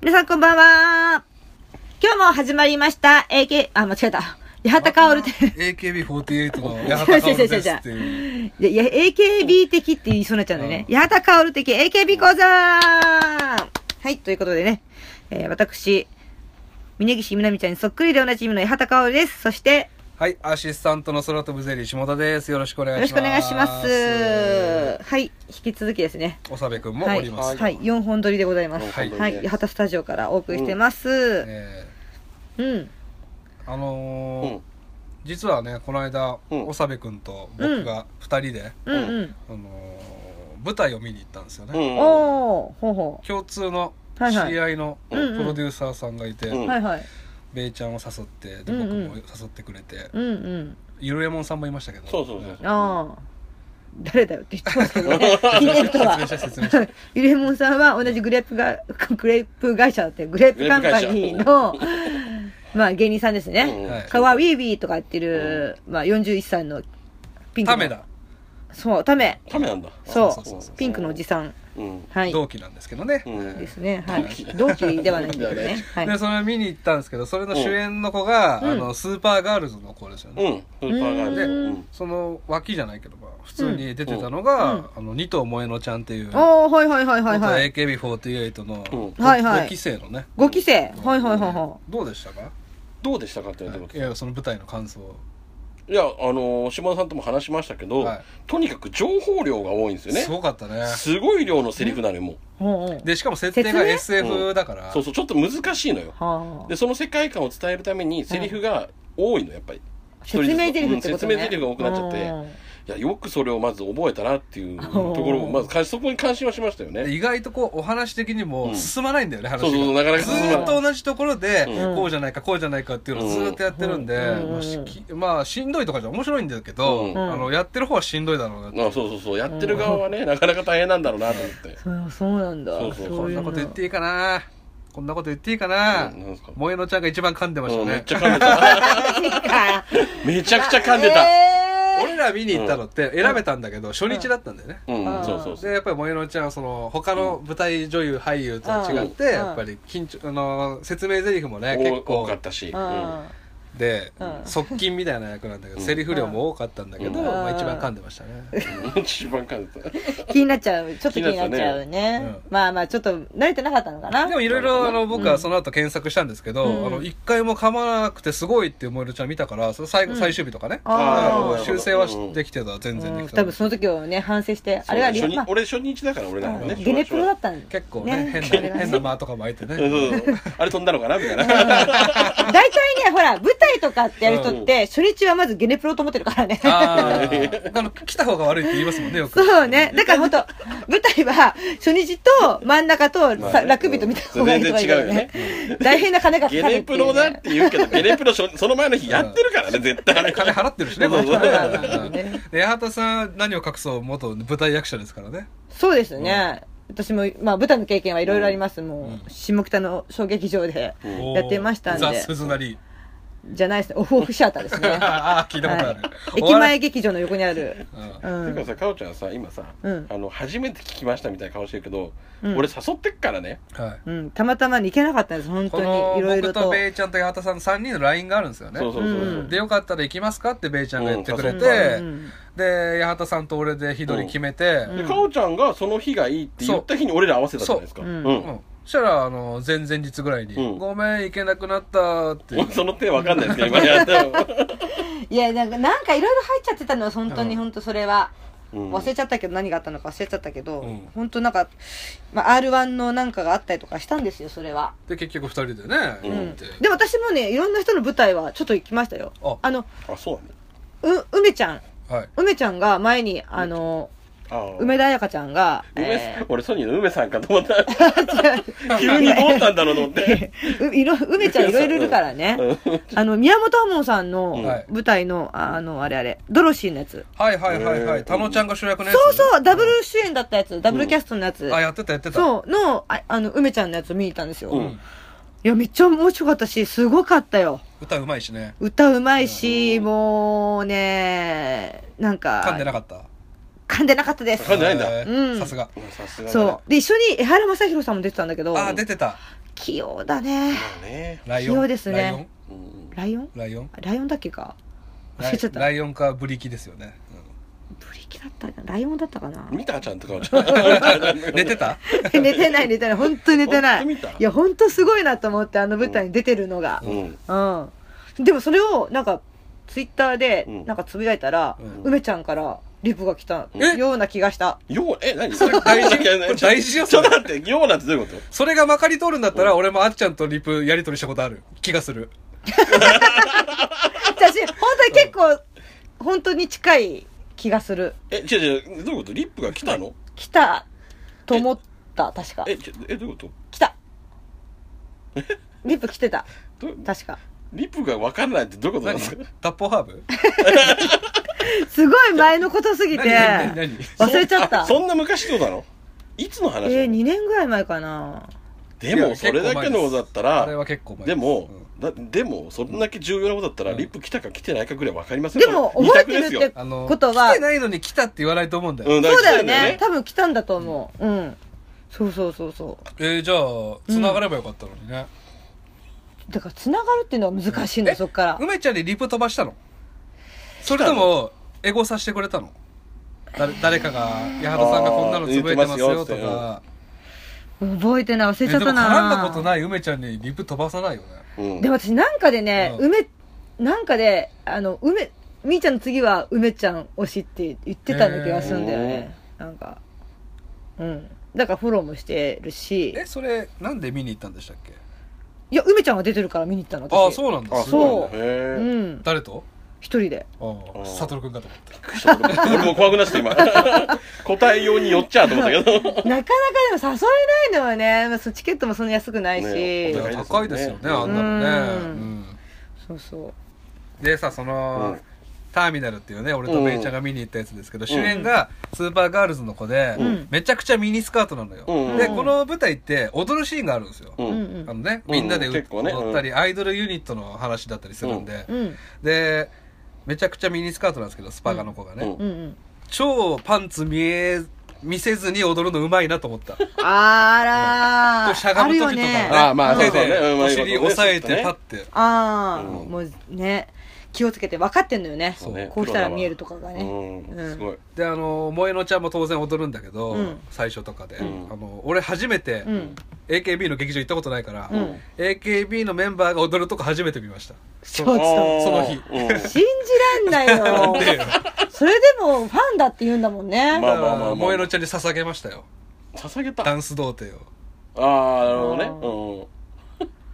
皆さんこんばんは。今日も始まりました AK、あ、間違えた。八幡薫で。 AKB48 の八幡薫ですっていう。いや、いや AKB 的って言いそうになっちゃうんだよね。八幡薫的 AKB 講座はい、ということでね、えー私、峯岸みなみちゃんにそっくりでおなじみの八幡薫です。そして、はい、アシスタントの空飛ぶゼリー下田です。よろしくお願よいろししまくす。お願いします。はい、引き続きですね。おさべくんもはおい、ります。はい、4本撮りでございます。ははいい、八幡スタジオからお送りしてます。えうん。ーあのーうん実はね、この間、うんおさべくんと僕が二人で、うんうん。あのー舞台を見に行ったんですよね。うんおー、ほうほ共通の知はいはいり合いのプうんうんロデューサーさんがいて、うう。んはいはい。ベイちゃんを誘って、うで、んう僕もん誘ってくれて、うんうん。ゆるえもんさんもいましたけど。そうそうそうねああ。誰だよって言ってますけどね。ひねるとは説明して説明して。ゆりえもんさんは同じグレープが、グレープ会社だって、グレープカンパニーの、まあ芸人さんですね。はいかわウィービーとかやってる、まあ41歳のピンクたの。めだ。そう、ため。ためなんだ。そうそうそうそうピンクのおじさん。うん。はい。同期なんですけどね。うんですね。はい。同期ではないんだよね。はい。でそれ見に行ったんですけどそれの主演の子が、うんあのスーパーガールズの子ですよね、うん。スーパーガールズ。うん。その脇じゃないけど、まあ、普通に出てたのが、うんあの二頭萌えのちゃんっていう、おー、はいはいはいはい元はい。 AKB48 の、うんごはいはいご期生のね5期生。はいはいはいはどうでしたか、どうでしたかって言われてもい、やその舞台の感想いや、あのー、島田さんとも話しましたけど、はいとにかく情報量が多いんですよねす。ごかったねすごい量のセリフなのよ、もう。い。ほうほうでしかも設定が説明 SF だから、そうそう、ちょっと難しいのよ。はあで、その世界観を伝えるために、セリフが多いの、やっぱり。説明台詞ってことね、うん説明台詞が多くなっちゃってうんいや、よくそれをまず覚えたなっていうところを、まずか、そこに関心はしましたよでね。意外とこうお話的にうもん進まないんだよね、話そうがそうそうなかなかず進まないーっと同じところで、うんこうじゃないかこうじゃないかっていうのをずーっとやってるんで、うんまあしきまあしんどいとかじゃ面白いんだけど、うんあのやってる方はしんどいだろうなって、あそうそうそう、やってる側はね、なかなか大変なんだろうなと思って。そうそうなんだそうそういのこんなこと言っていいかなこんなこと言っていいかな、うんなんすか萌えのちゃんが一番噛んでましうたんめっね、ちゃ噛んでた。マジかめちゃくちゃ噛んでた。え俺ら見に行ったのって選べたんだけど、初日だったんだよね、うん、そうそうそう。でやっぱり萌えのちゃんはその他の舞台女優俳優とは違って、うんやっぱり緊張あの説明台詞もねお結構多かったし。うんーで、うん側近みたいな役なんだけど、うんセリフ量も多かったんだけど、うんまあ、一番噛んでましたね、一番噛ん でた。気になっちゃうちょっと気になっちゃうねうんまあまあちょっと慣れてなかったのかなでもいろいろあの僕はその後検索したんですけど、うんあの一回も噛まなくてすごいって思えるちゃん見たからそれ最後、うん最終日とかねあーだかあらあー修正はしできてた、全然できてた多分その時をね反省してあれはそうリハ初ま日あ俺初日だから俺なんかね。ゲネプロだったんだ結構ねね変 な変な間とかも空いてね、そうそうそうあれ飛んだのかなみたいな。大体ねほら舞台とかってやる人って初日はまずゲネプロと思ってるからねあーあの来た方が悪いって言いますもんねよくそうね。だから本当舞台は、初日と真ん中とまあさねラクビと見た方がいいとか言うよね。大変な金がかゲかるネってプいうね。ロだって言うけど、ゲネプロ初その前の日やってるからね、絶対。金払ってるしね、こそうのそう人そうね。で八幡さん、何を隠そう、元舞台役者ですからね。そうですね。私も、まあ舞台の経験はいろいろあります。もうんう、下北の小劇場でうんやってましたんザ・で。鈴なり。じゃないですね。オフオフシアターですね。あ あ、聞いたことあるは。いお駅笑前い。劇場の横にある。うんうてかん。さ、かおちゃんさ、今さ、うんあの、初めて聞きましたみたいな顔してるけど、うん俺誘ってっからね。はいうん。たまたまに行けなかったんです。本当こに。のいろいろ僕とと。ベイちゃんと八幡さんの3人の LINE があるんですよねそうそうそううそんう。でよかったら行きますかってベイちゃんが言ってくれうんてうんで八幡さんと俺で日取り決めてうんで、かおちゃんがその日がいいって言った日に俺ら合わせたじゃないですか。そうううんん。うんそしたらあの前々日ぐらいにう「んごめん行けなくなった」って俺その手わかんないですけど、今やったよ。いや、なんか、なんかいろいろ入っちゃってたのは本当うに、ん本当それは。うん忘れちゃったけど何があったのか忘れちゃったけど、うん本当なんか、まあ、r 1のなんかがあったりとかしたんですよそれは、で結局2人でねううん行っんて、でも私もねいろんな人の舞台はちょっと行きましたよああのあ、そうなのう梅ちゃんはい梅ちゃんが前にあのあー梅田彩香ちゃんが、梅え俺ソニーの梅さんかと 思った。急にどうしたんだろうと思 って。ーういろ梅ちゃんいろいろいるから ねうんあの宮本亞門さんのはい舞台の、ああのあれあれドロシーのやつはいはいはいはえいー田野ちゃんが主役のやつそうそうダブル主演だったやつダブルキャストのやつ、あやってたやってたそうのああの梅ちゃんのやつ見に行ったんですよ、ういんやめっちゃ面白かったしすごかったよ歌うまいしね歌うまいし、もうね、なんか、噛んでなかった噛んでなかったです。噛んでないんだえうーんさすがさすがだねそう。で、一緒に江原正宏さんも出てたんだけど、あー出てた器用だね。あね。ライオン。器用ですねライオン。うん。ライオンライオン。ライオンだっけか忘ラれイちゃった。ラブイオンかブリキですよ ね。リキだったかなライオンだったかな見たちゃんとかちゃんとうん 寝てた寝てない寝てない。本当に寝てなほんとい。見いたや、本当すごいなと思って、あの舞台に出てるのが。うん。うん。でもそれを、なんか、ツイッターでう、んなんかつぶやいたら、うん梅ちゃんからリプが来たえような気がした。よう、え、何それ大事 いやいやこれ大事よちょそっとれ待って、ようなんてどういうことそれがまかり通るんだったら、俺もあっちゃんとリプやり取りしたことある気がする。私、本当に結構、本当に近い気がする。え、違う違う、どういうことリップが来たの来たと思った、確か。え、ちょえ、どういうこと来たリップ来てた。どう確か。リップが分かんないってどういうことなん何ですかタッポーハーブすごい前のことすぎて、何何何 忘れちゃったあ。そんな昔ってことなのいつの話なのえー、2年ぐらい前かな。でいもやそれだけのことだったあれらは結構前ですもうん、だでもそんだけ重要なことだったら、うんリップ来たか来てないかぐらい分かりますでも、これ二覚え択てるですっよてあのことは来て、ないのに来たって言わないと思うんだよ、うんそうだよ来てないんね。多分来たんだと思う。うん。そうそうそうそう。えー、じゃあ繋がればよかったのにね、だから、繋がるっていうのは難しいんだよ、えそっから。梅ちゃんにリプ飛ばしたのそれともエゴさせてくれたの誰誰かが八幡さんがこんなのつぶえてますよとあー言ってまか覚えてない、忘えれちゃっでもた絡んな。だことない梅ちゃんにリプ飛ばさないよねうんでも私、なんかでね、うん梅、なんかで、あの、梅、みーちゃんの次は梅ちゃん推しって言ってたんだ気がするんだよね。なんか。うん。だからフォローもしてるし。えそれなんで見に行ったんでしたっけいや、梅ちゃんが出てるから見に行ったの。私ああそうなんだあすそうごいなんだうへえん。誰と一人で。ああー悟君かと思っ俺も怖くなって今答えようによっちゃうと思ったけどなかなかでも誘えないのはね、まあそう、チケットもそんな安くないし。ねたいや高いですよねあんなのねうんうんそうそう。でさその、うんターミナルっていうね俺とめいちゃんが見に行ったやつですけど、主演がスーパーガールズの子で、うんめちゃくちゃミニスカートなのよ、うんでこの舞台って踊るシーンがあるんですよ、ううんんあうのん。ねうんみんなで、結構ね踊ったりアイドルユニットの話だったりするんで、うんでめちゃくちゃミニスカートなんですけどスパガの子がね、うんうんうん。超パンツ見え見せずに踊るのうまいなと思ったあこらうー。しゃがむ時とかあるねよね。あーまあ手そうだねでうんお尻押さえてうん立って、ああ、うんもうね、気をつけて分かってんのよね。そうねこうしたら見えるとかがうね。んうんすごいであの萌えのちゃんも当然踊るんだけど、うん最初とかで、うんあの俺初めて、うん。 AKB の劇場行ったことないから、うん AKB のメンバーが踊るとこ初めて見ましたちょそっと。その日うん信じらんないよなんでよ。それでもファンだって言うんだもんね。まあまあまあまあ萌えのちゃんに捧げましたよ捧げダたンス童貞をああなるほどねうん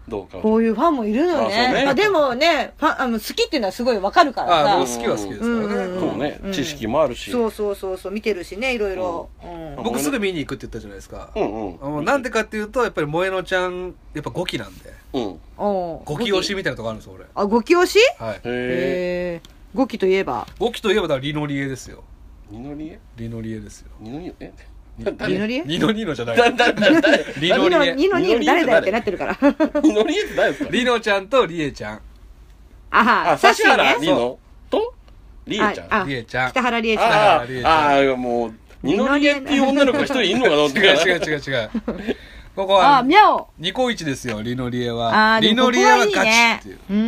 どうかこういうファンもいるのまあそうね。ねまあでもね、ファン、あの、好きっていうのはすごい分かるからああ僕さ。好きは好きですからね、うんそうねうん知識もあるしそうそうそうそう、見てるしね、いろいろ。うん。僕すぐ見に行くって言ったじゃないですか、うんあのうんなんでかっていうとやっぱり萌えのちゃんやっぱ5期なんでうんおう5期推しみたいなとこあるんですよ俺あ、ゴキ推しはいへえええ。ゴキといえば。 5期といえばだからリノリエですよ二のりえリノリエですよ二のりええリノリエリノニノじゃなだいだだだリノリエ二の二の誰だよってなってるから。二のりえって誰ですかリノちゃんとリエちゃんああ、あ、サッ指シー原ね。りのと、りえちゃん。ああリエちゃん北原理恵ちゃん。あありえちー、ゃんあーもう、二のりえっていう女の子が一人いんのかなっ違てうから。違う違う 違うここあ、はミャオ。ニコイチですよリノリエあはーでリもノこリエこははいいガチねっていう。うん。う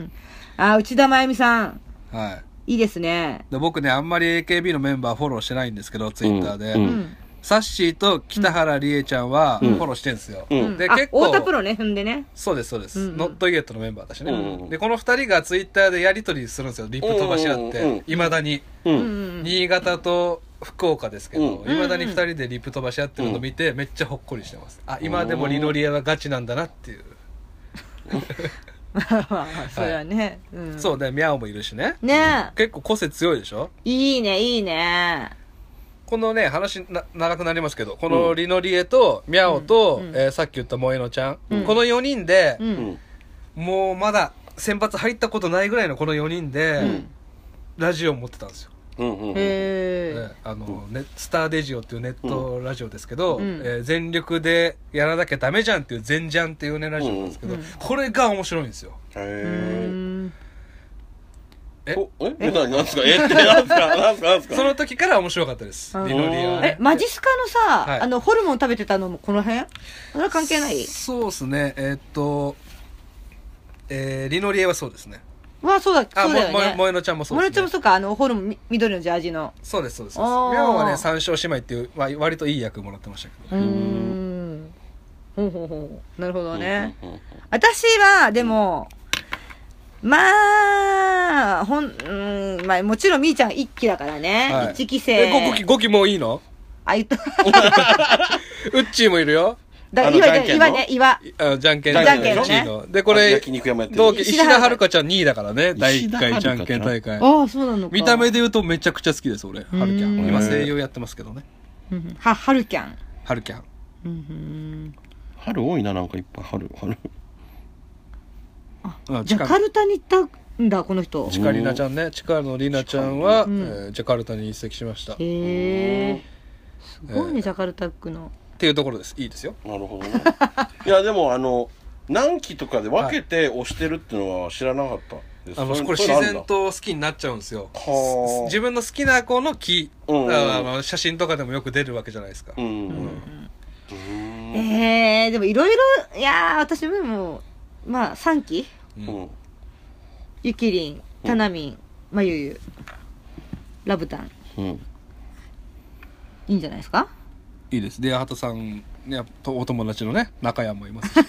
ん。あ、内田真由美さん。はいいいですね。で僕ねあんまり AKB のメンバーフォローしてないんですけどツイッターで、うんうん。サッシーと北原理恵ちゃんはフうんォローしてんですよ、うんであ結構太田プロね、踏んでね。そうですそうです、うんうんノットイエットのメンバーだしね、うんでこの二人がツイッターでやり取りするんですよリップ飛ばし合っていまうんうんうん、未だに、う。うんん。新潟と福岡ですけどういんま、未だに二人でリップ飛ばし合ってるの見て、めっちゃほっこりしてますあ今でもリノリエはガチなんだなっていう、まあまあまあ、 それはね。うん。そうねミャオもいるしねね結構個性強いでしょえ。いいね、いいね。このね話な長くなりますけどこのリノリエとミャオと、うんうんえーさっき言った萌えのちゃん、うんこの4人でう、。うんん。もうまだ選抜入ったことないぐらいのこの4人で、んラジオを持ってたんですよ、うん。うん。へえーあのねスターデジオっていうネットラジオですけど、うんえー全力でやらなきゃダメじゃんっていう「全ジャン」っていうねラジオなんですけど、うんこれが面白いんですよへえ。うんええ。おええ何なんすかえってなんすかなんすかなんすかその時から面白かったです。うんリノリア。え、マジスカのさ、はいあの、ホルモン食べてたのもこの辺それは関係ないそうですね。えーっと、えー、リノリエはそうですね。わあ、そうだ、そうだよももね。もえのちゃんもそうモでルす、ね。ちゃんもそうか、あの、ホルモンみ、緑のジャージの。そうです、そうです。ミあーャオはね、三章姉妹っていう、わ割といい役もらってましたけど。うーん。ほうほうほう。なるほどね。うんうんうん私は、でも、まあ、ほん、うーん、まあ、もちろんみーちゃん一期だからはね。い一期生。え、ごごき、ごきもういいのあ、言った。ウッチーもいるよ。だあの岩じゃんけんの岩ね、岩。いあじゃんけんじゃんけんウのッねチーの。で、こあれ、焼肉山やって同る期、石石田田遥遥香ちゃん2位だからね、第1回石じ田ゃ遥香んけん大会。ああ、そうなのか。見た目で。で言うとめちゃくちゃ好きです、俺。はるきゃん。うん今声優やってますけどね。は、はるきゃん。はるきゃん。うんうん春多いななんかいっぱい春春うんジャカルタに行ったんだ、この人。チカリナちゃんね、チカのリナちゃんは、んえージャカルタに移籍しました。っへえ。すごいえね、ージャカルタ区の。ていうところです。いいですよ。なるほどねいやでもあの何期とかで分けて押してるってのは知らなかったですあの、そういうこれそう自いうのあるんだ然と好きになっちゃうんですよ。はあ自分の好きな子の木、うんあの写真とかでもよく出るわけじゃないですか。うんうんうんええ、でもいろいろ、いやー、私ももう、まあ、3期うんうんゆきりん、たなみん、まゆゆ、ラブタン。うんいいんじゃないですかいいです。で、八幡さん、ね、とお友達のね、中山もいますし。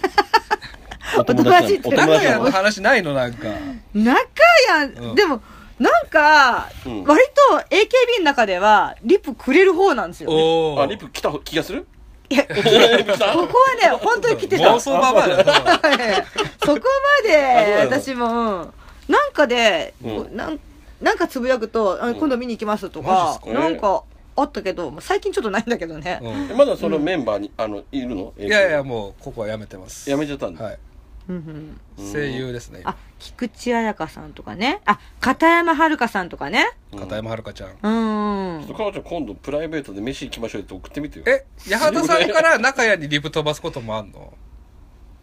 お友達おお友友達中達な山のの話ないのなんか。中やん、うんでも、なんか、うん割と AKB の中では、リップくれる方なんですよ、ね。おー。あリップ来た気がするいやリップ来たここはね、本当に来てた。妄想ババアだよそれはそこまで、私も、うんなんかで、うなんなんかつぶやくと、あ今度見に行きますとか、マジっすかなんかあったけど、最近ちょっとないんだけどね。うんえまだそのメンバーにあのいるのいやいや、もう、ここはやめてます。やめちゃったんだはい。うんうんうん声優ですね。あ、菊池彩香さんとかね。あ、片山遥さんとかね。片山遥ちゃん。うーん。彼女今度プライベートで飯行きましょうって送ってみてよえ、八幡さんから中谷にリプ飛ばすこともあんの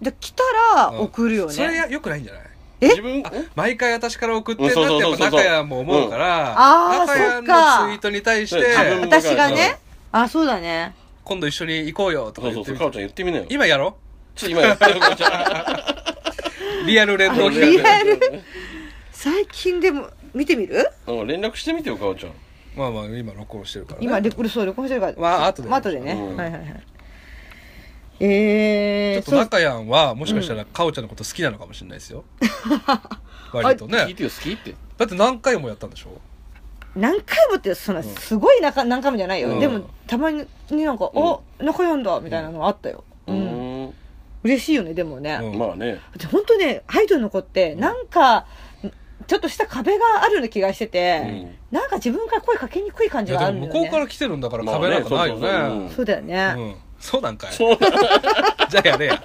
で、来たら送るよそれね。や良くないんじゃないえ自分え毎回私から送ってんだうんっそうてそやうっそぱうそう中谷も思うから、あー中そっ谷かのツイートに対しそう自て分、私がね。あ、そうだね。今度一緒に行こうよとかそうそ言うってみそうかおて。ちゃん言ってみなよ今やろちょっと今やってよかおちゃリアル連動あん企リ画アル。最近でも、見てみるうん連絡してみてよかおちゃんまあまあ今録音してるから、ね。今、レコルそう、レコルしてるから。まあ後でまあ後でね。うんはいはいはい。えー、ちょっとそう中谷はもしかしたらかおちゃんのこと好きなのかもしれないですよ。割と聞いね。てよ好きってだって何回もやったんでしょ何回もって、そんな、すごいなか、何回もじゃないよ。うんでも、たまになんか、お、仲良いんだ、みたいなのあったよ。ううんーん嬉しいよね、でもね。うんまあねで本当ね、アイドルの子って、なんか、ちょっとした壁があるような気がしてうて、んなんか自分から声かけにくい感いじがやあるでんもだ向よね。こうから来てるんだから壁なんかないよまあねね。そうだよね。うん。そうなんかい。そう じゃあやれや。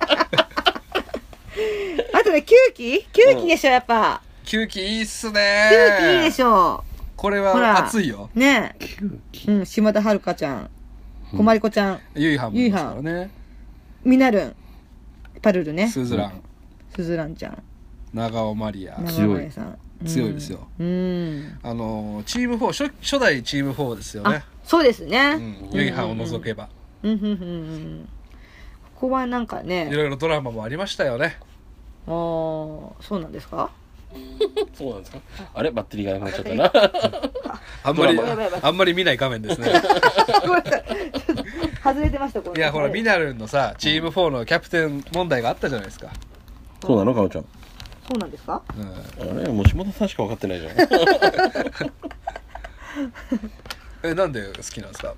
あとね、9期 ?9 期でしょ、やっぱ。休憩いいっす9ね期いいでしょ。これほらは熱いよ。ねえ。うん、島田遥香ちゃん、こまりこちゃん、ゆいはんもいますからね。みなるん、パルルね、スズラン、すずらんちゃん、長尾まりや。長村さん。うん強いですよ。うん。あのー、チーム4、初初代チーム4ですよあね。、そうですうね。ん。ゆいはんを除けば。うん、うん、うんうん。ここはなんかいね、ろいろドラマもありましたよね。あーそうなんですかそうなんですかあれバッテリーがなくなっち ゃったなあんまり、ドラマあんまり見ない画面ですね。ごめんなさい。ちょっと外れてました、これいや、ほら、ミナルンのさ、チーム4のキャプテン問題があったじゃないですか。そうなのかおちゃんそうなんですかうん。あれもう下田さんしか分かってないじゃんえ、なんで好きなんですか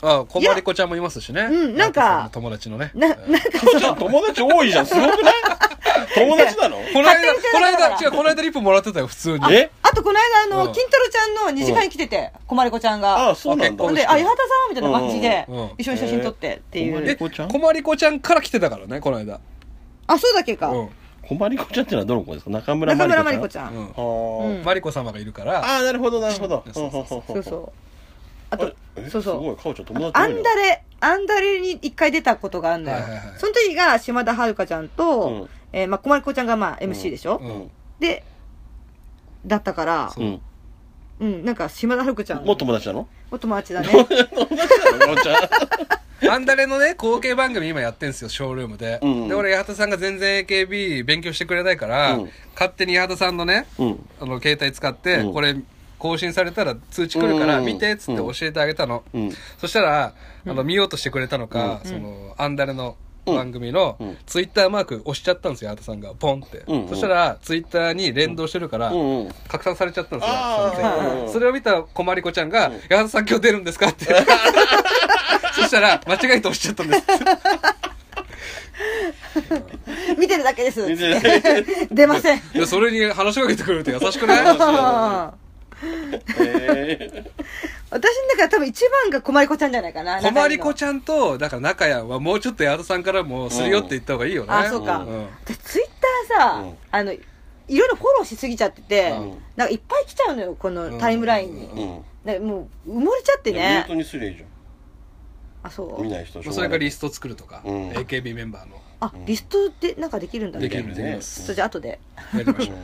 あ、こまりこちゃんもいますしね。うんなんかヤクさの友達のね。な、うんなんか、おちゃん友達多いじゃんすごくない友達なのこの間、勝手にしてこのないから間、違う、この間リップもらってたよ、普通に。えあとこの間、あうの、ん金太郎ちゃんの二次会に来てて、こまりこちゃんあが。あそうなんだほんで、あ、八幡さんみたいな感じでうんうん、一緒に写真撮ってっていうんうえ。こまりこちゃんから来てたからね、この間。あ、そうだっけか。うん。困りこちゃんってのはどの子ですか中村中村まりこちちゃ。うんん。ゃんうんマリコ様がいるから、ああなるほどなるほどそうそうそそうそう。あと、えそうすごそう。いかおちゃん友ア達多いなンダレ、アンダレに一回出たことがあるのよはいはいは。いその時が島田遥香ちゃんうとん、えーまあ、こまりこちゃんがまあ MC でしょう。んで、だったからそ、うん。うん、なんか島田春子ちゃん。もう友達なのお友達だね。お茶アンダレのね、後継番組今やってんすよ、ショールームで。うんで、俺、八幡さんが全然 AKB 勉強してくれないから、うん勝手に八幡さんのね、うん。あの、携帯使って、うんこれ、更新されたら通知来るから、うん見てっつって教えてあげたの。うん。そしたら、あの、見ようとしてくれたのか、その、アンダレの番組のうん、ツイッターマーク押しちゃったんですよ、八幡さんが。ポンってうんうん。そしたら、ツイッターに連動してるからう、んうん。拡散されちゃったんですよあそーのう全ん員。それを見たこまりこちゃんが、矢田さん今日出るんですかって。そしたら、間違えて押しちゃったんです。 見てるだけです。見てるだけ 出ません。いや、それに話しかけてくるって優しくないえ私の中で多分一番がこまりこちゃんじゃないかな。こまりこちちゃんと、だから仲やんはもうちょっと矢田さんからもするよって言った方がいいよね。あ、そうかん。で、ツイッターさ、うんあの、いろいろフォローしすぎちゃってて、うんなんかいっぱい来ちゃうのよ、このタイムラインに。ーうん。なんかもう埋もれちゃっていやミューねト。にすりゃいいじあ、そゃん。見う。ない人まあそれかリススト作るとか、うん AKB メンバーの。あ、リストでなんかできるんだできるね。できますちょっとじゃあ後で。やりま しょう。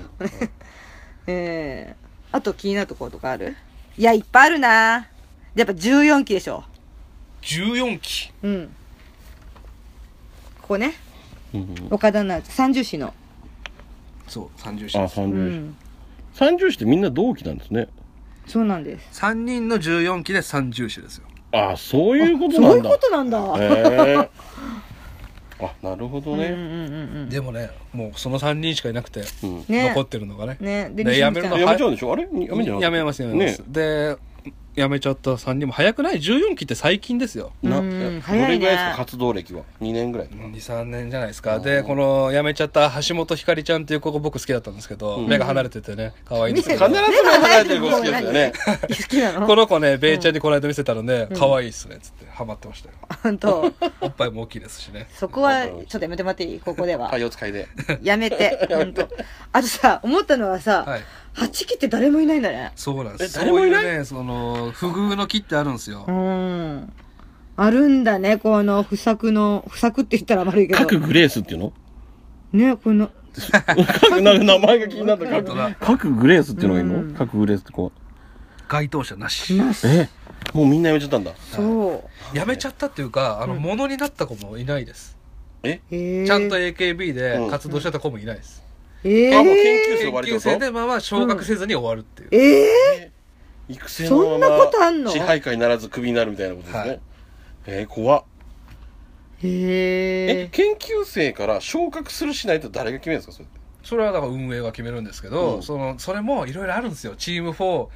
ええあと気になるところとかあるいや、いっぱいあるなでやっぱ14期でしょ。 14期。うん。ここね。うん。岡田奈津、三重市の。そう、30人。あ、う三重ん。市。三重市ってみんな同期なんですね。そうなんです。 3人の14期で30種ですよ。あ、そういうことそうないんうだ。ことなんだ。へーあ、なるほどうんうんね。うんうん。でもね、もうその3人しかいなくて、うん。ね残ってるのがね。ねで、ね西や野ちめるゃのん。やめちゃうんでしょあれにやめちゃうやめますやめます、ねでやめちゃった3人も早くない14期って最近ですよな、うんえ早いねどれぐらいですか活動歴は2年ぐらいとか23年じゃないですかでこのやめちゃった橋本ひかりちゃんっていう子が僕好きだったんですけど、うん目が離れててね可愛いんですけ見どてるこ必ず目離れてる子好きですよね好きなのの子ねベイちゃ んにこの間見せたので、可愛いっすねっつってハマってましたよ本当。おっぱいも大きいですしねそこは、ちょっとやめて待っていいここでははい。お使いでやめて。本当。あとさ、思ったのははさ、い八期って誰もいないんだね。そうなんですえ誰もいなそいういうねその不遇の木ってあるんですよ、うん。あるんだね、この不作の、不作って言ったら悪いけど。各グレースっていうのね、この、各なんか名前が気になった本当だ各グレースっていうのがいるの、うん各グレースってこ該当者なしなし。えもうみんなやめちゃったんだそう。やめちゃったっていうかあの、物になった子もいないですへーちゃんと AKB で活動してた子もいないです、えー、あもう研究室研終わりっ究てこ生とでまあまあ昇格せずに終わるっていう、えー育成のままそんなことあんの支配下にならずクビになるみたいなことですね、はいえー、怖っえへえ。研究生から昇格するしないと誰が決めるんですかそれってそれはだから運営が決めるんですけど、うんそのそれもいろいろあるんですよチーム4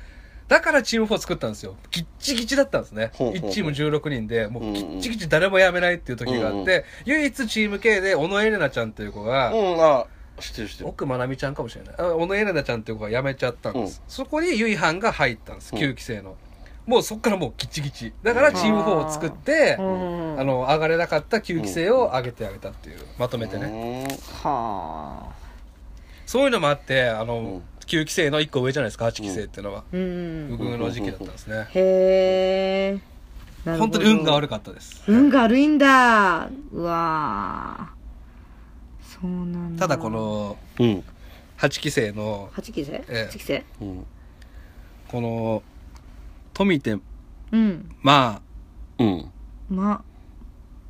だからチーム4作ったんですよギッチギチだったんですねほうほうほう1チーム16人でもううんギッチギチ誰も辞めないっていう時があって、うんう唯一チーム系で小野エレナちゃんっていう子が、うんあ知ってる知ってる奥まなみちゃんかもしれないあ小野エレナちゃんっていう子が辞めちゃったんです、そこにゆいはんが入ったんですうん9期生の、もうそっからもうギッチギチだからチーム4を作って、うんあの上がれなかった9期生を上げてあげたっていうまとめてね、はあ。そういうのもあって、あうんの、9期生の1個上じゃないですか、8期生っていうのは。う不ん。遇の時期だったんですね。へえ。本当に運がる悪かったです。ほど。運が悪いんだ。うわーそうなんだ。ただこ。の、うん8期生の、八期生ええ八期生うんこの、富手、うん。まあ、うんま、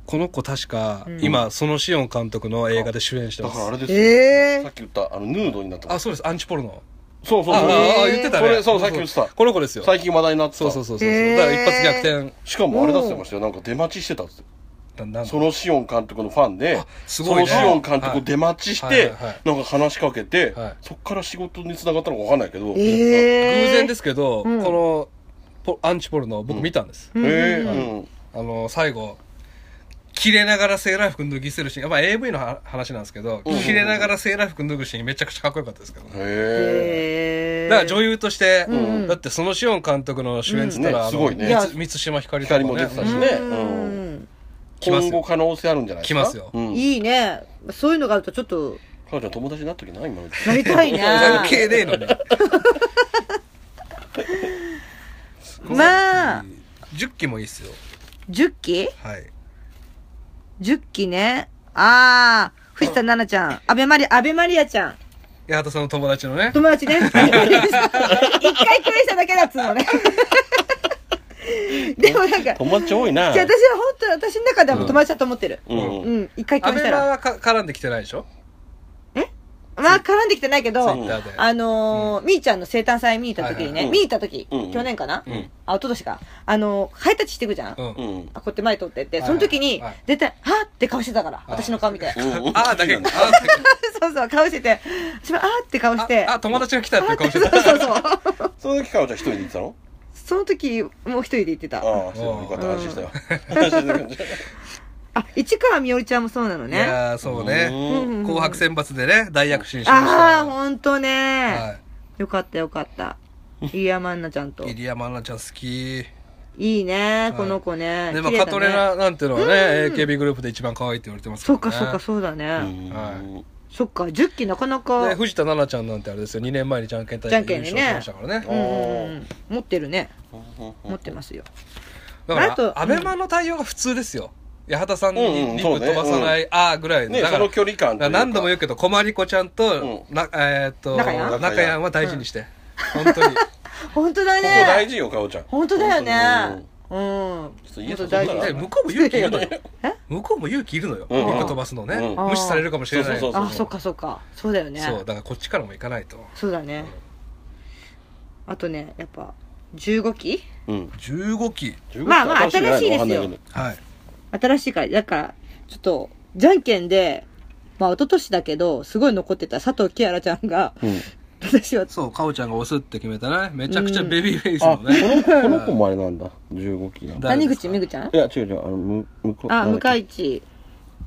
この子確か、うん今、そのシオン監督の映画で主演してだまからあす。れですよ、えさっき言ったあのヌードになったあ、そうです、アンチポルノ。そうあそうあそう、あ、へー言ってたこね。れそうさっき言ってたこの子ですよ。最近話題になってたそうそうそうそう。へーだから一発逆転しかもあれ出してましたよなんか出待ちしてたっつってだんだん。そのシオン監督のファンであ、すごいねそのシオン監督を出待ちしはいはいてはいはい、なんか話しかけてはい、そっから仕事に繋がったのかわかんないけど、え。ええ。。偶然ですすけど、こうんのポ、アンチポルノ、僕見たんです。うんえうんーうんあの、最後、切れながらセーラー服脱ぎするシーン、まあ AV のは話なんですけど、うん切れながらセーラー服脱ぐシーンめちゃくちゃかっこよかったですけどね。へへえ。だから女優として、んだってそのシオン監督の主演っつったうんねら、すごいねあの三つ満島ひかりとかね。ひかりも出てたしうんねうん。ー来ます今よ後可能性あるんじゃないですか来ますようんいいね。そういうのがあるとちょっと、彼女友達になっときな今のうちなりた いね。関係ねえのに。まあ、 10期もいいっすよ。 10期はい。 10期ね。ああ、藤田奈々ちゃん。安倍マリ、安倍マリアちゃん。八幡さんの友達のね。友達 ね。一回共演しただけだっつうのね。 でもなんか、じゃ友達多いあな。私は本当に私の中ではもう友達だと思ってる。うんうんうん、一回ア共演しベたマら。はか絡んできてないでしょまあ絡んできてないけど、ツイッターであのー、みーちゃんの生誕祭見に行った時にはいはね、いはい見に行った時、うん去年かなうんあ、一昨年か。あのー、ハイタッチしてくじゃん。あ、うこん。うん。うやって前通ってって、はそいはいの時にはい、絶対、はぁって顔してたから、はい私の顔見て。うんああ、だけ、あうん ーそうそう、顔してて、私もあーって顔だしけて、あ、あ友達が来たっていう顔してた。そうそうそう。その時、かおちゃん一人で行ってたのその時、もう一人で行ってた。ああ、そうよかった。安心したよ。安心したよあ、市川みおりちゃんもそうなのいね。やー、そうね。うんうんうん紅白選抜でね、大躍進しましたああ、かほんとら。ね、はよかったよかった。いいや、まんなちゃんとい。。入山奈々ちゃん好き。いいねい、この子ね。で、綺まあ、麗だねカトレラなんてのはね、うん AKB グループで一番可愛いって言われてますそっらかねそっか、そうだね。うんはそっか、10期なかなかで、。藤田奈々ちゃんなんてあれですよ、2年前にじゃんけん大じゃん会け優んで勝ねしましたからうね。んうんうん。持ってるね。うん持ってますよ。だかあとら、アベマの対応が普通ですよ。八幡さんにうんうんリそッうプね飛ばさない、ああぐらいの。ねだかそらの距離感というか何度も言うけど、こまりこちゃんと、うなえーっと、中やん中やんは大事にして。本当に。ほんとだここ大ね。事よ、かおちゃん。ほんとだよね。うん。ちょっと家ほんとそんなのであ向こうも勇気いるのよえ。向こうも勇気いるのよ。うリんップ飛ばすのね。うん無視されるかもしれない。そうそう あ、そっかそっか。そうだよね。そう、だからこっちからも行かないと。そうだね。あとね、やっぱ、15期うん。 15期。まあまあ新しいですよはい。新しいから、だから、ちょっと、じゃんけんで、まあ、一昨年だけど、すごい残ってた佐藤キアラちゃんが、 うん。私は、そう、かおちゃんが押すって決めたね。めちゃくちゃうんベビーフェイスあ、のこね。の、この子もあれなんだ。15期なんだ。谷誰です口かめぐちゃんいや、違う違う、あの、む、向こう。あ、なんだ向っ井地。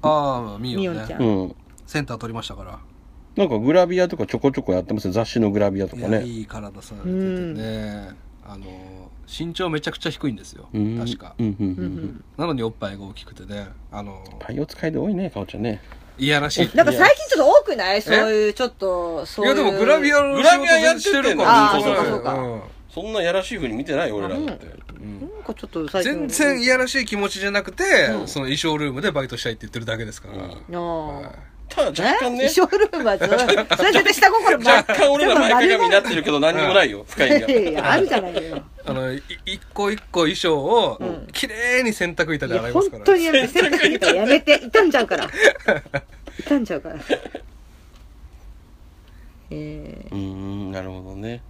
ああ、みみよよんちゃねん。うん。センター取りましたから。なんかグラビアとかちょこちょこやってますよ。雑誌のグラビアといかや、ね。いい体されててね。あの、身長めちゃくちゃ低いんですよ。うん確かう。んうんううんんううん。んなのにおっぱいが大きくてね。あの、パイオ使いで多いね、かおちゃんね。いやらしい。なんか最近ちょっと多くないそういう、ちょっと、そういいう。や、でもグラビアのグ仕ラ事ビアや全然ってしててるんかだら。あーそうかそうかんそんなやらしい風に見てない俺らだって。なんかちょっと最近。全然いやらしい気持ちじゃなくて、うんその衣装ルームでバイトしたいって言ってるだけですから。なあ。ただえ若干ね衣、装ルームはず、それ絶対下心ま若干俺ら前かがみになってるけど何にもないよ、深いが。いやいやあるじゃないよ。あの、い一個一個衣装をうん、綺麗に洗濯板いで洗や、いま本すから。当にやめて、洗濯機とかやめて、傷んじゃうから。傷んじゃうから。えうーん、なるほどね。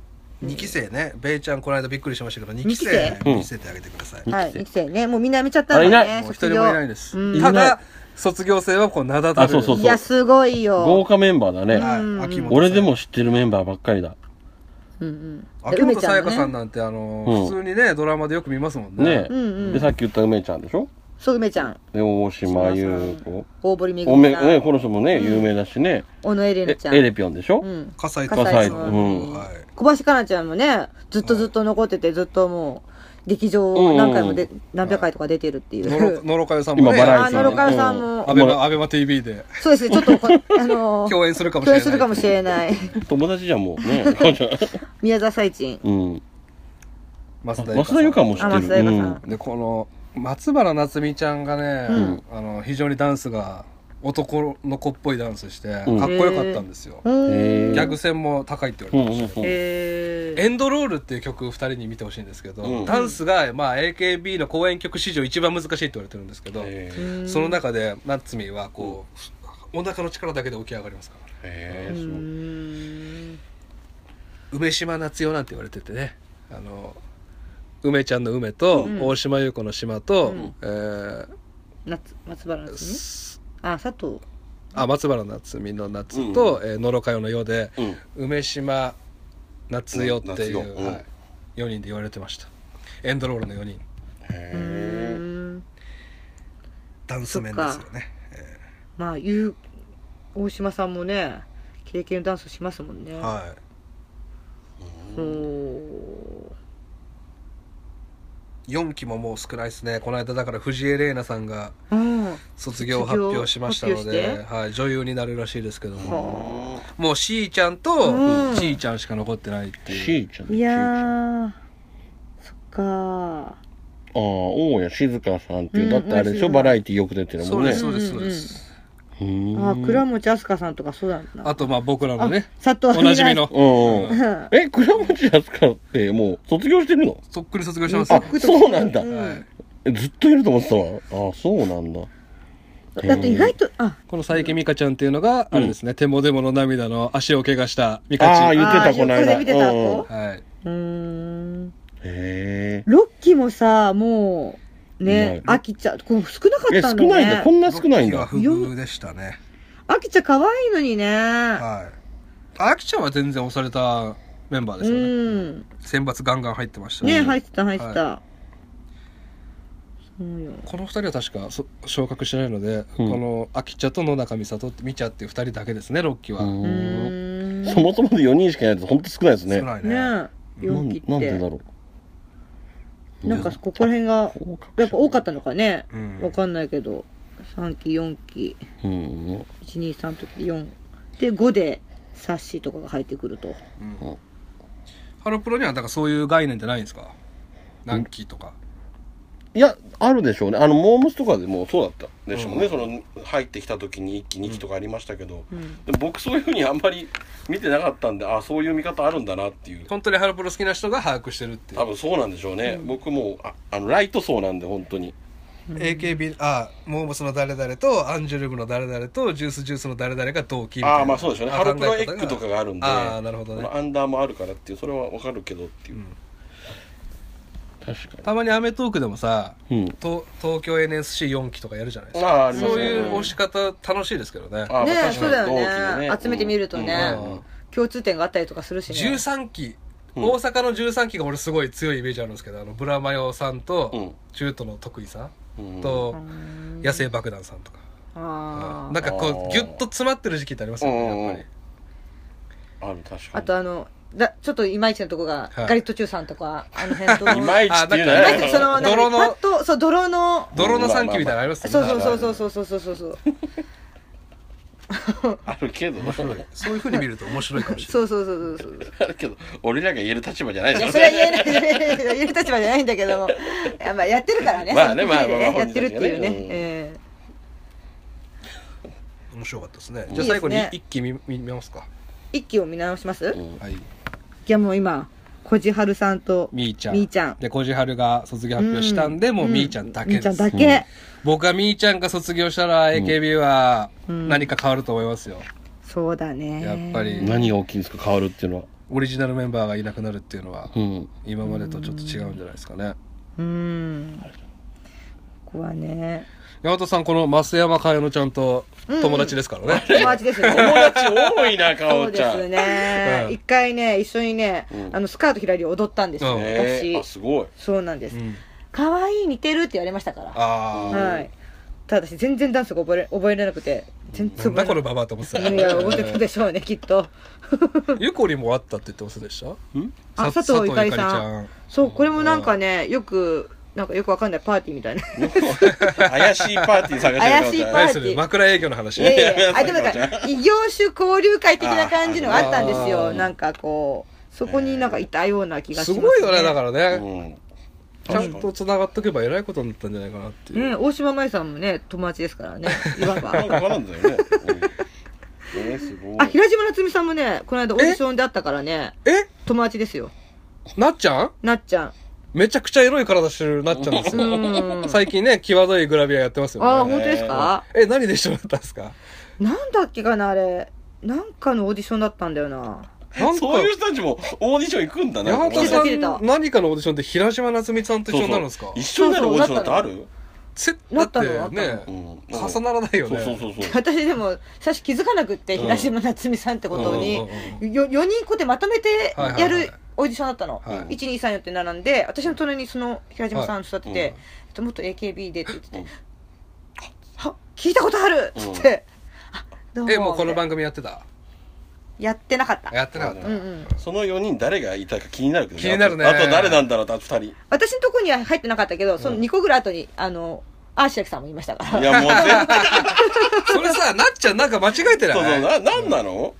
二期生ね、ベイちゃんこの間びっくりしましたけど、二期期生生、二期生ってあげてください。ー、もはい、2期生ね、もうみんなやめちゃったんだあいなね、う一卒人業もいないですう。んたいないだ、卒業生はこう、名だたる。あそうそういや、すごい豪よ。華メンバーだね。はいうん秋元さん俺でも、知ってるメンバーばっかりだ。うんうん。秋元さやもかねさんなんて、あのうん、普通にね、ドラマでよく見ますもんねね。うんうんで、さっき言った梅ちゃんでしょそう、梅ちゃん。で、大島優子。大堀めぐおみめ、さん。ね、この人もね、有名だしね。小野エレえナちゃん。エレピョンでしょうん。笠井笠井井ささんん。うんはい小林かなちゃんもね、ずっとずっと残ってて、ずっともう、劇場何回もで、何百回とか出てるっていのろう。のろかよさんも今ね、バラエあ、ティ野呂佳代さんもア。ベマ、アベマ TV でそうですね、ちょっとこ、あのー、 共演するかもし共れ演ない。するかもしれない。友達じゃん、も う。ね。かおちゃん宮沢最珍。うん。増田増田優香も知あって増田る。優香うさんん。でこの松原夏美ちゃんがね、あの非常にダンスが男の子っぽいダンスして、うんかっこよかったんですよ、うーん。へギャグ線も高いってう言んわれてうまんしたけど、うん。えー、エンドロールっていう曲を2人に見てほしいんですけど、うんダンスが、まあ、AKB の公演曲史上一番難しいって言われてるんですけど、へうーーんその中で夏美はこう、お腹の力だけで起き上がりますからへうーそうーん梅島夏代なんて言われててねあの梅ちゃんの梅と、うん大島優子の島と、うんえー夏、松原夏美あ、佐藤。あ松原夏美の夏と、えーのろかよの世で、うん。梅島夏代っていう、うん夏代うんはい、4人で言われてましたエンドロールの4人うーへん。ダンス面ですよねまあ、ゆう、大島さんもね、キレキレのダンスしますもんね。はおーい4期ももう少ないですねこの間だから藤江玲奈さんがうん。卒業発表しましたの卒業発で、はい、女優になるらしいですけどもはもうしーちゃんとうんちーちゃんしか残ってないっていう、しーちゃんあ。いやー、そっかー。ああ、大谷静香さんっていう、うんだってあれでしょ、うんバラエティよく出てるそもんうねです。そうですそうです、ああ、倉持飛鳥さんとかそうだな。あとまあ僕らのねあ佐藤おなじみのうんうん。うんえ、倉持康香ってもう卒業してるのそっくり卒業してますあよ、そうなんだ。んえずっといると思ってたわ。あ、そうなんだ。だって意外と、あ、この佐伯美香ちゃんっていうのが、あれですね、手もでもの涙の足を怪我した美ああ、香ち言ってあた、ーこの横で間。見てたうんうん子ゃん。はい。うーん。へえ。ロッキーもさ、もう、ね、ない飽きちゃう。こう少なかえ、っ少たんないんだ。だこね。んな少ないんロッだ。キーは不遇でしたね。飽きちゃ可愛いのにね。はい。あきちゃんは全然押されたメンバーですうよね。ん。選抜ガンガン入ってましたね、入はい。ってた、入ってた。そうよ。この二人は確かそ昇格してないので、うんこのあきちゃと野中美里って美ちゃんっていう二人だけですね、ロッキーは。うんうーん。そもそもで4人しかいないと、ほんと少ないですね。少ないね。ねえ、な陽ん気なっんでだて。ろう。なんかここら辺が、やっぱ多かったのかねう。んわかんないけど。3期、4期、うん。 1、2、3とき4。で、5で、サッシーとかが入ってくると。ハロプロにはだからそういう概念ってないんですかランキーとか。いや、あるでしょうね。あの、モームスとかでもそうだったでしょうね。その、入ってきた時に1期、2期とかありましたけど、でも僕そういうふうにあんまり見てなかったんで、あ、そういう見方あるんだなっていう。本当にハロプロ好きな人が把握してるっていう多。分そうなんでしょうね。僕もあ、あの、ライト層なんで、本当に。 AKB、あ、モームスの誰々と、アンジュルムの誰々と、ジュースジュースの誰々が同期みたいな。ああ、まあそうでしょうね。ハロプロエッグとかがあるんで、ああ、なるほどねこの。アンダーもあるからっていう、それはわかるけどっていう。確かたまに『アメトーーク』でもさ、に。うん。と東京 NSC4 期とかやるじゃないですあかあ、ありますそようねいう押し方楽しいですけどねああねまあえ確かそにうだよ同期ねのね集めてみるとね、うんうん共通点があったりとかするしね13期、うん大阪の13期が俺すごい強いイメージあるんですけどあのブラマヨさんと、うん中途の徳井さうんんと、うん野生爆弾さんとか、あなーんかこあーうギュッと詰まってる時期ってありますよねやっぱり、うんうんある、確かに。あとあのだちょっといまいちのとこが、はいガリットチュウさんとかあの辺と いまいちっていうのあはまないんちかそのなんか泥のパッとそう泥の泥の3期みたいなのありますそうよねそうそうそうそうそうそうそうあるけど、面白いそういうふうに見ると面白いかもしれそうそうそうそうそうあるけど、俺らが言える立場じゃないいでやすそ よれはね。言えない 言える立場じゃないんだけどもいや,、まあ、やってるからねまあねその時々まあまあまあやってるっていうね、本人たちがねうんえない面白かったですねんじゃあ最後にいいですね一気見見見ますかえ一気を見直します、ういんはいやもう今小路春さんとみーちゃんみーちゃんで小路春が卒業発表したんで、もうみーちゃんだけみでーす、ちゃんだけ、僕はみーちゃんが卒業したら AKB はうん何か変わると思いますよ、そうだねやっぱり何が大きいんですか、変わるっていうのは。オリジナルメンバーがいなくなるっていうのはうん。今までとちょっと違うんじゃないですかねうんここは ね山本さんこの増山かやのちゃんとうん友達ですからね、友達ですよ友ね達多いな、かそおうちでゃすん。ねうん一回ね一緒にねうんあのスカートひらり踊ったんですようんへえあ、私すごい。 そうなんですうん可愛い似てるって言われましたからああ、はいただ私全然ダンスが覚えれ覚えれなくて全然なんだこ覚のババアと思ってえたれないいや覚えてたでしょうねきっとゆこりもあったって言ってませんでしたあさ佐藤ゆかり佐さんそうこれもなんかねよくなんかよくわかんないパーティーみたいな怪しいパーティー探怪ししてるいパーティー何する枕営業の話いやいやいややあでもなんか異業種交流会的な感じのがあったんですあよーなんかこうそこになんかいたような気がしすます、ね、ごいよねだからね、うん。ちゃんと繋がっとけばえらいことになったんじゃないかなっていう、ね大島麻衣さんもね友達です からねいわばなんかなんだよね。うんえー、すごい。あ平島夏美さんもねこの間オーディションで会ったからねえ友達ですよなっちゃんなっち ゃんめちゃくちゃエロい体してるなっちゃんですうよ。ん最近ね、際どいグラビアやってますああよね。本当ですかえ、何で一緒だったんですかなんだっけかなあれなんかのオーディションだったんだよななんかそういう人たちもオーディション行くんだな。矢なんか作さ切れたん、何かのオーディションで平島なつみさんと一緒になるんですかそうそう一緒になるオーディションだってあるせなだったのってねう、ん重ならないよね。そうそうそうそう。私でも最初気づかなくってうん平島夏美さんってことうんにうんうんよ4人こうやってまとめてはいはいやはいるオーディションだったのはい123って並んで私の隣にその平島さん座ってはいうんて「もっと AKB で」って言ってうんて「は聞いたことある!」っつって「あどうも」え、もうこのみたい番組やってたなやってなかったやってなかったうんう。んその4人誰がいたか気になるけど気になるねあとあと誰なんだろうってあと2 私のとこには入ってなかったけどその2個ぐらい後にあのアーシャキさんもいましたか人。いらやもう絶対、それさ、なっちゃんなんか間違えてそうそう、ないな、なんなの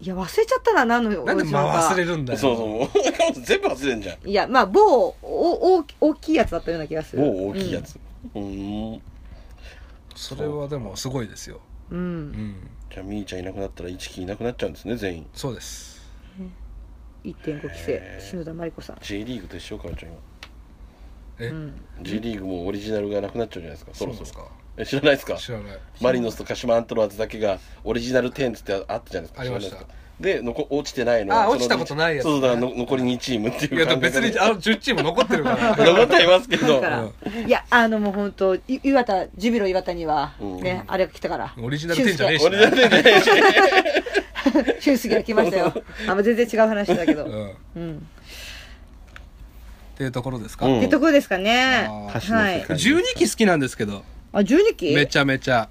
いや忘れちゃったな何のオーデなんィでション回忘れかるんだそうよ。そう。 カオス全部忘れんじゃん。いやまあ某お大き大きいやつだったような気がするもう大きいやつ。うーん。それはでもすごいですよ。う。うんんじゃあみーちゃんいなくなったら一木いなくなっちゃうんですね全員そうです1.5期生、篠田麻里子さん。 J リーグと一緒かちゃん今えうん。 J リーグもオリジナルがなくなっちゃうじゃないですかそろそろうなんでえ知らないですかすか知らないマリノスと鹿島アントラーズだけがオリジナル10つってあったじゃないですかありました知らないですかでのこ落ちてないのあその落ちたことないやつねそうだの残り2チームっていういやでも感別覚でにあの10チーム残ってるから残ってはいますけどだからう、いや、あのもう本当、い岩田、ジュビロ岩田には、うんね、あれが来たから。オリジナル10じゃねえしオリジナル10じゃないし シュンスギが来ましたよ。 あ、まあ全然違う話だけうど。んっうん。ていうところですか、うんってとこですかね。あー歌詞の世界はい12期好きなんですけどあ、12期めちゃめちゃ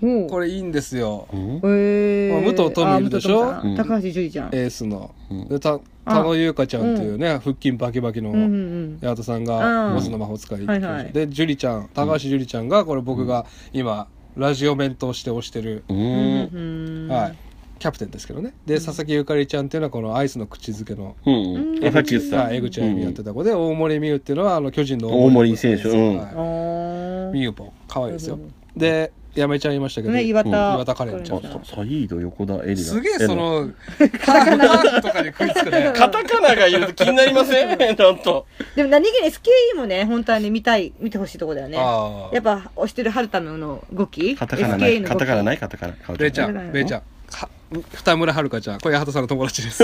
ほうこれいいんですようんへまーあ武藤十夢いるでしょあ武藤十夢さん高橋樹里ちゃん。エースのうんでたあ田野優香ちゃんっていうね腹筋バキバキのうんうん八幡さんがうん「ボスの魔法使いっていう」はいはいで樹里ちゃん高橋樹里ちゃんがこれ僕が今ラジオ弁当して推してる、ううん。んうんはい、キャプテンですけどねで佐々木ゆかりちゃんっていうのはこのアイスの口づけの、うんうんあさっき言ってたはい、江口あゆみやってた子で、大森美羽っていうのはあの巨人の大森選手うんあはいー美羽ぽん可愛いですようんうんでやめちゃいましたけど、ね、岩田。うん岩田カレンちゃあんさ サイード横田エリナすげえそのカタカナマークとかに食いつくねカタカナがいると気になりませんなんとでも何気に SKE もね、本当はね、見たい、見てほしいとこだよね。 あーやっぱ、押してる春田のの5期カタカナない SKE の。カタカナないいカタカナカオレイちゃカタカナんレイちゃんか二村遥ちゃんこれ八幡さんの友達です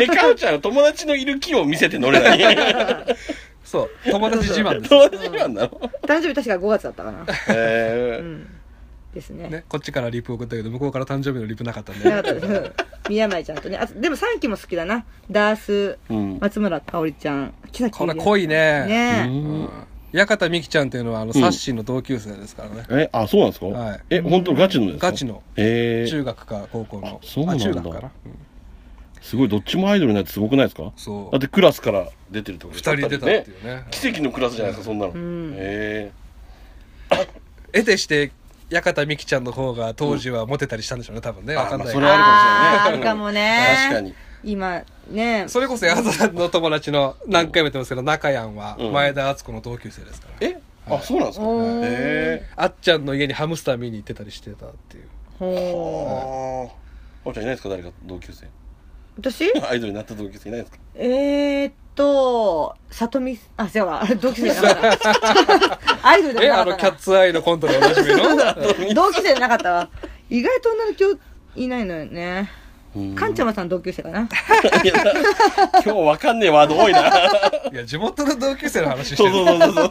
えカオちゃんは友達のいる木を見せて乗れないそう友達自慢です友達なんなの誕生日確か5月だったかな。えうーん。ですね。ね、こっちからリプ送ったけど向こうから誕生日のリプなかったんでなかったですうん宮前ちゃんとね。あでも3期も好きだな。ダース、うん松村香織ちゃん、木崎これ濃いねねうん矢方美紀ちゃんっていうのはあのサッシーの同級生ですからね、えあそうなんですかはいえ本当ガチのですかガチのえー中学か高校のあそうなんだ中学かな、うんすごいどっちもアイドルになってすごくないですかそうだってクラスから出てるってこと二でしょ人出たっていうね奇跡のクラスじゃないですかそんなのんえ得てして矢方美紀ちゃんの方が当時はモテたりしたんでしょうね多分ねあわかんないまあそれはあーああるるかかももしね。確かに。今、ね。それこそ矢方さんの友達の何回も言ってますけど中やんはうん前田敦子の同級生ですから、えあそうなんですかおーえあっちゃんの家にハムスター見に行ってたりしてたって いうーほう。ああおちゃんいないですか誰か同級生私アイドルになった同級生いないですか えーっと、里見、あ、せやわ、同期生じゃなかった。アイドルでえもあなかのっキャたッツアイのコントでおなじみの な。 同期生じゃなかったわ。意外と女の子いないのよね。かんちゃまさん同級生かな。いや今日わかんねえワード多いないや地元の同級生の話してそうるそうそうそう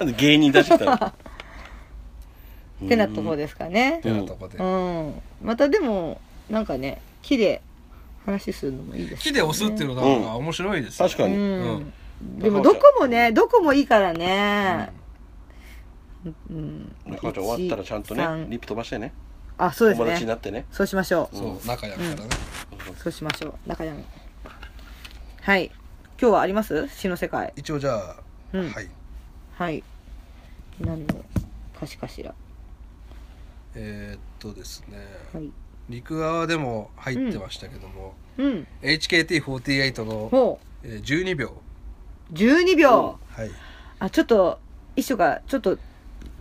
なんで芸人出してきたのってなとこですかねって。なとこでうん。またでも、なんかね、木で話するのもいいですね。木で押すっていうのなんか面白いですよ、確かうにん。んでも、どこもね、どこもいいからね。うん。中尾ちゃん終わったらちゃんとね1リップ飛ばしてねあ、そう友で達すにね。なってねそうしましょう。そう中やんからね、そうしましょう。中山。はい。今日はあります詩の世界。一応じゃあ、うんはいはい。何の歌詞かしら。えー、っとですねはい。陸側でも入ってましたけども、うん。 HKT48 の、もえー、12秒う、12秒。はいあ、ちょっと、衣装が、ちょっと、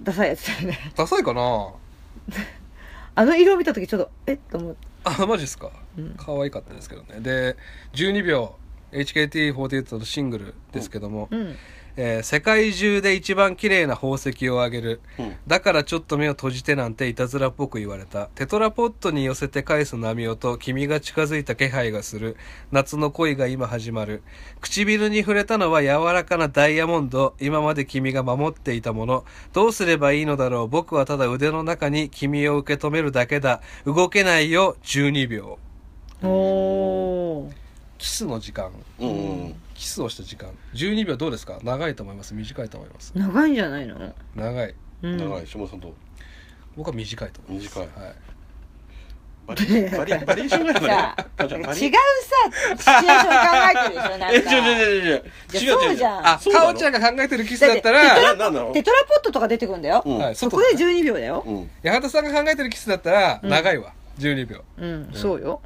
ダサいやつだよね。ダサいかな あの色を見たとき、ちょっと、えっと思う。あマジですか、うん可愛かったですけどねで12秒 HKT48 のシングルですけども、うん。えー世界中で一番綺麗な宝石をあげる、うんだからちょっと目を閉じてなんていたずらっぽく言われたテトラポットに寄せて返す波音君が近づいた気配がする夏の恋が今始まる唇に触れたのは柔らかなダイヤモンド今まで君が守っていたものどうすればいいのだろう僕はただ腕の中に君を受け止めるだけだ動けないよ12秒おー。キスの時間うんうんキスをした時間12秒どうですか長いと思います短いと思います長いんじゃないの長いうん。長い下村さんどう僕は短いと思います短いはいバリバリバリエーションぐらいじゃだあね。違うじさゃあバ、シチュリエーション考えてるでしょ、なんか。 え、違う違う違う違う。いやそうじゃんあ、そうなのかおちゃんが考えてるキスだったら、ななんだろうテトラポットとか出てくるんだよ。うんはい、そ外こで12秒だよ。うん。八幡さんが考えてるキスだったら、長いわ、12秒。うん、そうよ。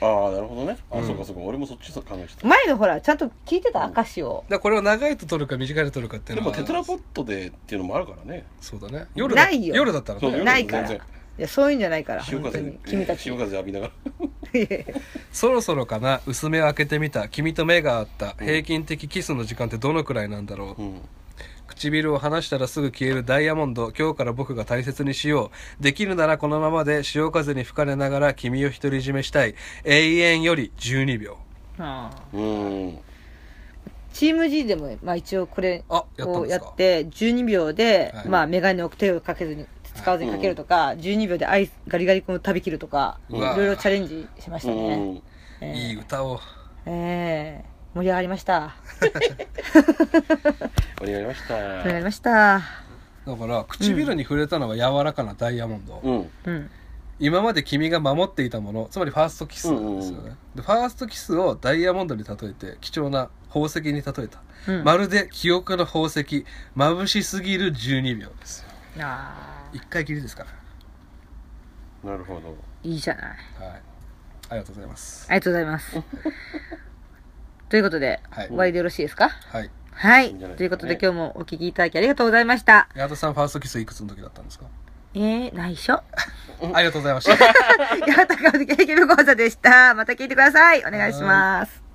ああなるほどねあ、うんそうかそうか俺もそっち考えてた前のほら、ちゃんと聞いてた証を。らこれを長いと取るか短いと取るかっていうでのもはテトラポットでっていうのもあるからねそうだね夜だないよ夜だったらそうね夜ないから。全い然や、そういうんじゃないから。潮本当風に君たち。潮風浴びながらそろそろかな薄目を開けてみた君と目があった平均的キスの時間ってどのくらいなんだろう、うん唇を離したらすぐ消えるダイヤモンド今日から僕が大切にしようできるならこのままで潮風に吹かれながら君を独り占めしたい永遠より12秒ああうんチーム G でも、まあ一応これあやったんをですやかって、12秒で、はいまあメガネを手をかけずに、使わずにかけるとか、12秒でアイスガリガリ君を食べきるとか、ういわろいろチャレンジしましたね。うんええいい歌をええ盛り上がりました。盛り上がりまし盛り上がたりました。だから唇に触れたのは柔らかなダイヤモンド、うんうん。今まで君が守っていたものつまりファーストキスなんですよね、うんうんでファーストキスをダイヤモンドに例えて貴重な宝石に例えた、うんまるで記憶の宝石眩しすぎる12秒ですよああ、一回きりですからなるほどいいじゃない。はい。ありがとうございます。ありがとうございます。 ということで、はい終わりでよろしいですかはい。はい。いんじゃないといでうこすかねとで今日もお聞きいただきありがとうございました。矢田さん、ファーストキスいくつの時だったんですかえー、内緒。ありがとうございました。八幡川的 AKB 講座でした。また聞いてください。お願いします。